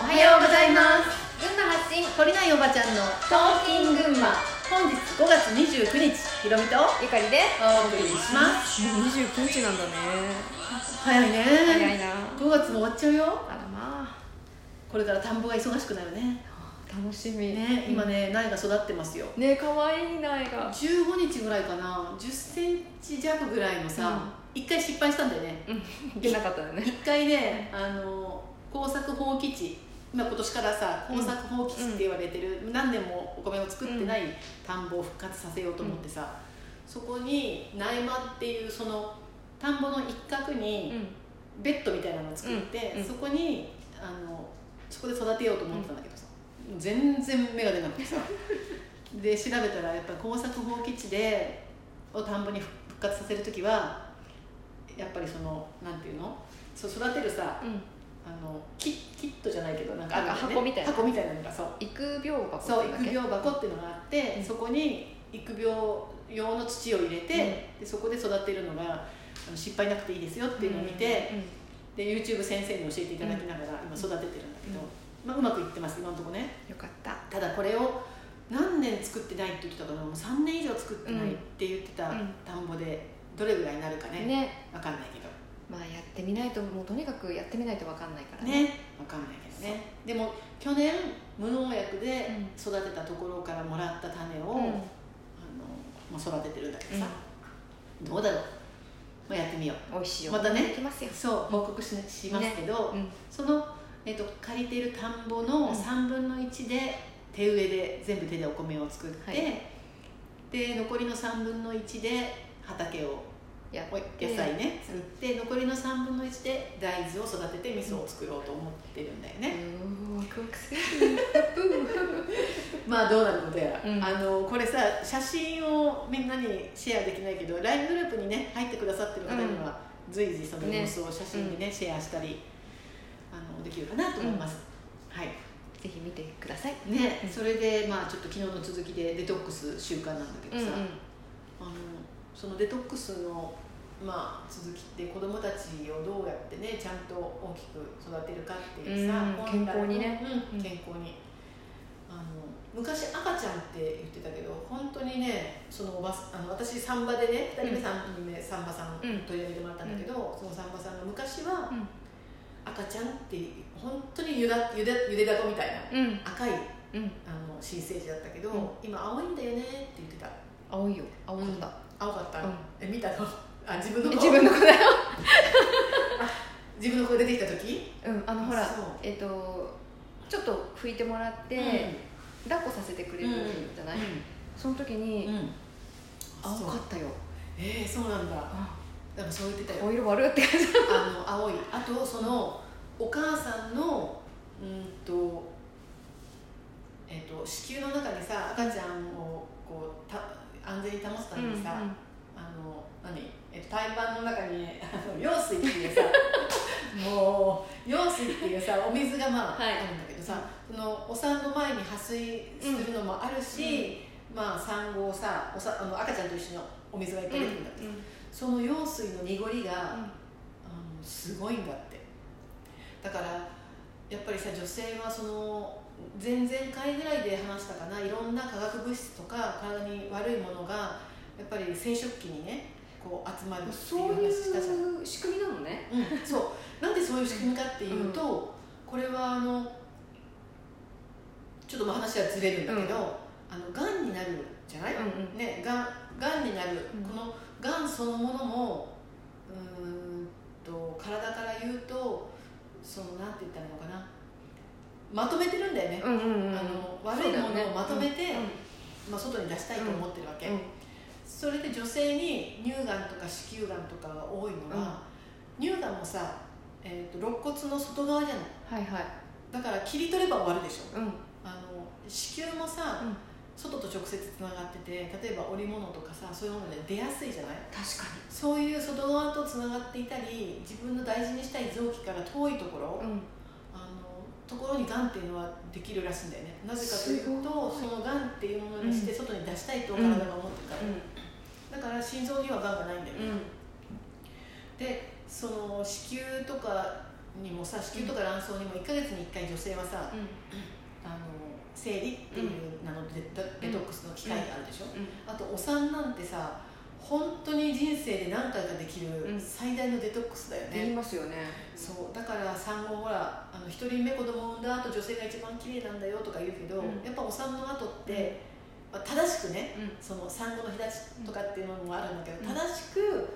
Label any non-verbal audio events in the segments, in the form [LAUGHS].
おはようございます群馬発信す。りないおばちゃんのトーキン群馬本日5月29日、ひろみとゆかりでお送りします。すもう29日なんだね早いね。早いな5月も終わっちゃうよあ。らまこれから田んぼが忙しくなるね。あ楽しみね、今ね、苗が育ってますよ。ねかわいい苗が15日ぐらいかな、10センチ弱ぐらいのさ、一回失敗したんだよね。いけなかったよね一回ね、あの耕作放棄地今今年からさうん耕作放棄地って言われてる、何年もお米を作ってない田んぼを復活させようと思ってさ、そこに苗間っていうその田んぼの一角うんにベッドみたいなのを作って、うんうんそこにあのそこで育てようと思ってたんだけどさ、全然芽が出なくて [LAUGHS] さで調べたらやっぱ耕作放棄地でを田んぼに復活させる時はやっぱりそのなんていうのそう育てるさうんあのキキットじゃないけどなんかあるよねなんか箱みたいな箱みたいなのがそう育苗箱ってそうだっ育け苗箱っていうのがあって、うんそこに育苗用の土を入れて、でそこで育てるのがあの失敗なくていいですよっていうのを見て、うんうんで YouTube 先生に教えていただきながら今育ててるんだけど、うんまあ、うまくいってます今のとこねよかったただこれを何年作ってないって言ってたかなもう3年以上作ってないって言ってたうん田んぼでどれぐらいになるかね、ねわかんないけどまあやってみないともうとにかくやってみないとわかんないからねねわかんないけどねでも去年無農薬で育てたところからもらった種を、うんあのまあ、育ててるんだけどさ、どうだろう、まあ、やってみよう美味しいよまたねできますよそう報告ししますけど、うんその、えっと借りてる田んぼうのん3分の1で手植えで全部手でお米を作って、はいで残りの3分の1で畑をやっお野菜ね作って、残りの3分の1で大豆を育てて味噌を作ろうと思ってるんだよね、うーワクワクする [LAUGHS] まあどうなることやら、うんあのこれさ写真をみんなにシェアできないけど LINE グループにね入ってくださってる方には随時そのね様子を写真にねシェアしたりあのできるかなと思います、はいぜひ見てくださいね、うんそれでまあちょっと昨日の続きでデトックス習慣なんだけどさ、あのそのデトックスのまあ続きって子どもたちをどうやってねちゃんと大きく育てるかっていうさ、うん本来の健康にね、うんうん健康にあの昔赤ちゃんって言ってたけど本当にねそのおばあの私サンバでね2人目うん3人目サンバさんうん取り上げてもらったんだけど、そのサンバさんが昔は赤ちゃんって本当にゆだゆだゆでだこみたいなうんうん赤いうんあの新生児だったけど、うん今青いんだよねって言ってた青いよ青なんだ青かった、うんえ見たの [LAUGHS] あ自分のえ子 [LAUGHS] 自分の子だよ自分の子出てきた時うんあのほらそうえっとちょっと拭いてもらって抱っこさせてくれるじゃないその時うんにあ青そうかったよえー、そうなんだでもそう言ってたよお色悪って感じあの青いあとそのお母さんのうんとえっ、と子宮の中にさ赤ちゃんをこうた安全に保つためにさ、あの何えっと胎盤の中にあの羊水っていう [LAUGHS] さもう羊水っていうさお水がまあ、はいあるんだけどさそのお産の前に破水するのもあるし、まあ産後さおさあの赤ちゃんと一緒のお水がいっぱい出てくるんだけど、その羊水の濁りが、あのすごいんだってだからやっぱりさ女性はその前々回ぐらいで話したかないろんな化学物質とか体に悪いものがやっぱり生殖器にねこう集まるっていうそう話したじゃんいう仕組みなのねうん、そうなんでそういう仕組みかっていうと、これはあのちょっとまあ話はずれるんだけど、うんあのがんになるじゃない、うんうんねがんがんになる、うんこのがんそのものもうーんと体から言うとそのなんて言ったらいいのかなまとめてるんだよね、うんうんうんあの悪いものをまとめて、まあ、外に出したいと思ってるわけ、それで女性に乳がんとか子宮がんとかが多いのは、乳がんもさ、えー、と肋骨の外側じゃないはいはいだから切り取れば終わるでしょうんあの子宮もさ、うん外と直接つながってて例えば織物とかさそういうもので出やすいじゃない確かそういう外側とつながっていたり自分の大事にしたい臓器から遠いところ、にうんあのところにがんっていうのはできるらしいんだよねなぜかというとすそのがんっていうものにして外に出したいと体が思ってるから、だから心臓にはがんがないんだよね、うんでその子宮とかにもさ子宮とか卵巣にも1か月に1回女性はさ、うんあの生理っていう名のデ,、デトックスの機会があるでしょ、あとお産なんてさ本当に人生で何回かできうるん最大のデトックスだよね、言いますよねそうだから産後ほらあの1人目子供を産んだ後女性が一番綺麗なんだよとか言うけど、うんやっぱお産の後って、まあ正しくねうんその産後の日立ちとかっていうのもあるんだけど、う正んしく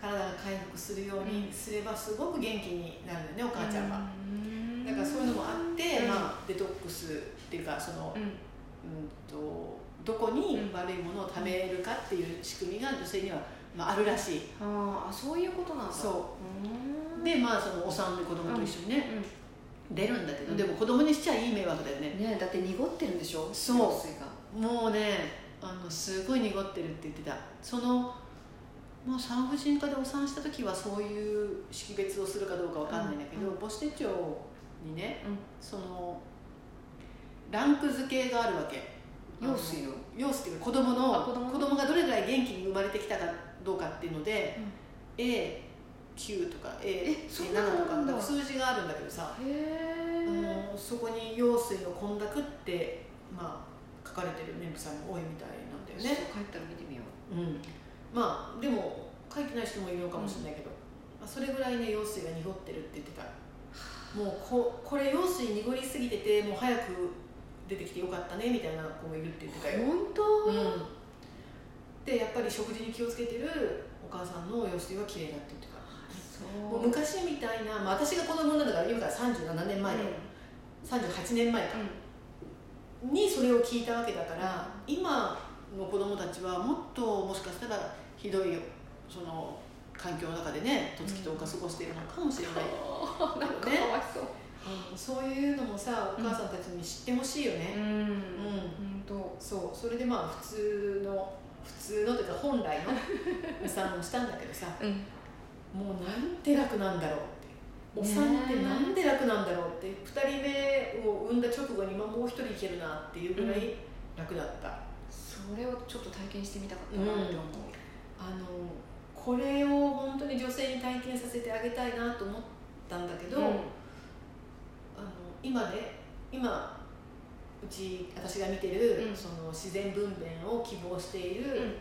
体が回復するよううにんすればすごく元気になるよねお母ちゃんは、うんだからそういうのもあって、うんまあ、デトックスっていうかその、うんうんとどこに悪いものを食べるかっていう仕組みが女性には、まあ、あるらしいああそういうことなんだそううんでまあそのお産の子供と一緒にね、う出るんだけど、うんでも子供にしちゃいい迷惑だよねんねだって濁ってるんでしょそう用水がもうねあのすごい濁ってるって言ってたそのまあ産婦人科でお産した時はそういう識別をするかどうかわかんないんだけど、うん母子手帳にねうんそのランク付けがあるわけ用水を要するに子供のあ子供の子供がどれぐらい元気に生まれてきたかどうかっていうので、A9 とか A7 そんなのとあるんだか数字があるんだけどさ、へえうんそこに用水の混濁って、まあ、書かれてる妊婦さんも多いみたいなんだよ帰ね、ったら見てみようん、まあでも書いてない人もいるのかもしれないけど、まあ、それぐらいね用水が濁ってるって言ってたもうここれ用水濁りすぎててもう早く出てきてよかったねみたいな子もいるって言ってたようう本当ん、でやっぱり食事に気をつけてるお母さんの様子は綺麗だって言ってからもう向か昔みたいな、まあ、私が子供なんだから今から37年前、うん38年前かにそれを聞いたわけだから今の子供たちはもっともしかしたらひどいその環境の中でね十月10日過ごしているのかもしれない、あ [LAUGHS] なんかかわいそうんうそういうのもさお母さんたちに知ってほしいよね、ん本当そうそれでまあ普通の普通のというか本来の [LAUGHS] お産をしたんだけどさうんもうなんて楽なんだろうってお産ってなんで楽なんだろうって2人目を産んだ直後に今もう一人いけるなっていうぐらい楽だった、それをちょっと体験してみたかったなって思うあのこれを本当に女性に体験させてあげたいなと思ったんだけど、うんあの今ね今うち私が見てる、うんその自然分娩を希望している、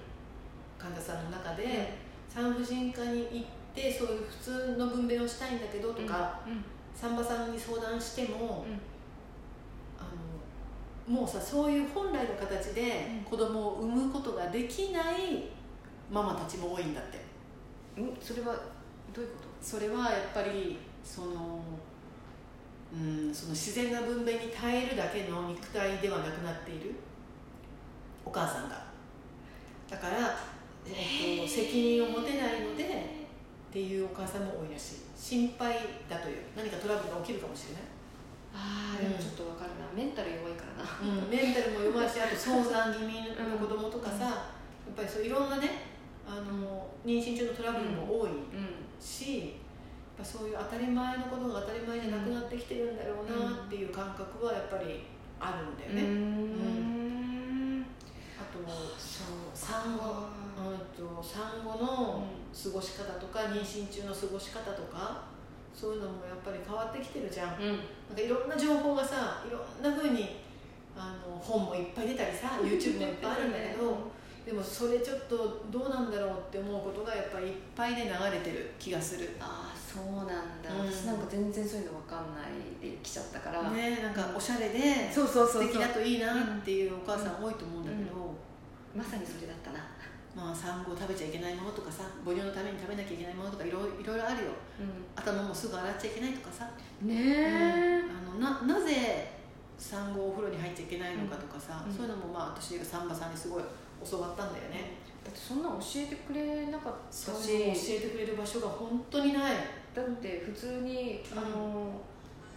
患者さんの中で、産婦人科に行ってそういう普通の分娩をしたいんだけどとか、うん産婆さんに相談しても、うんあのもうさそういう本来の形でうん子供を産むことができないママたちも多いんだってうんそれはどういうことそれはやっぱりその。うん、その自然な分娩に耐えるだけの肉体ではなくなっているお母さんがだから、えっと、責任を持てないのでっていうお母さんも多いらしい心配だという何かトラブルが起きるかもしれああでもちょっとわかるなメンタル弱いからなない、メンタルも弱いしあと早産気味の子供とかさ、うんやっぱりそういろんなねあの妊娠中のトラブルも多いうんし、やっぱそういう当たり前のことが当たり前じゃなくなってきてるんだろうなっていう感覚はやっぱりあるんだよね、んあとそう産後、うん、と産後の、過ごし方とか妊娠中の過ごし方とかそういうのもやっぱり変わってきてるじゃんうんなんかいろんな情報がさいろんなふうにあの本もいっぱい出たりさ YouTube もいっぱいあるんだけどでもそれちょっとどうなんだろうって思うことがやっぱりいっぱいで流れてる気がするああそうなんだ、うん私なんか全然そういうのわかんないで来ちゃったから、ねなんかおしゃれでそうそう素そう敵そうだといいなっていうお母さん多いと思うんだけど、まさにそれだったな、まあ産後食べちゃいけないものとかさ母乳のために食べなきゃいけないものとかいろいろいろあるよ頭もすぐ洗っちゃいけないとかさねえ、あのななぜ産後お風呂に入っちゃいけないのかとかさ、うんそういうのもまあ私が産婆さんにすごい教わったんだよね、だってそんな教えてくれなかったしそう教えてくれる場所が本当にないだって普通に、うんあの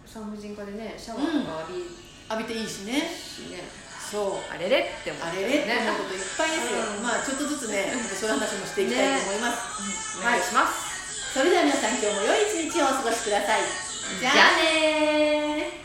産婦人科でねシャワーとか浴びる浴びていいしねしね、そうあれれって思っあちゃれうよれって思うこといっぱいですよ、うんまあちょっとずつ [LAUGHS] ねそういう話もしていきたいと思います、お願いします、それでは皆さん今日も良い一日をお過ごしくださいじゃあねー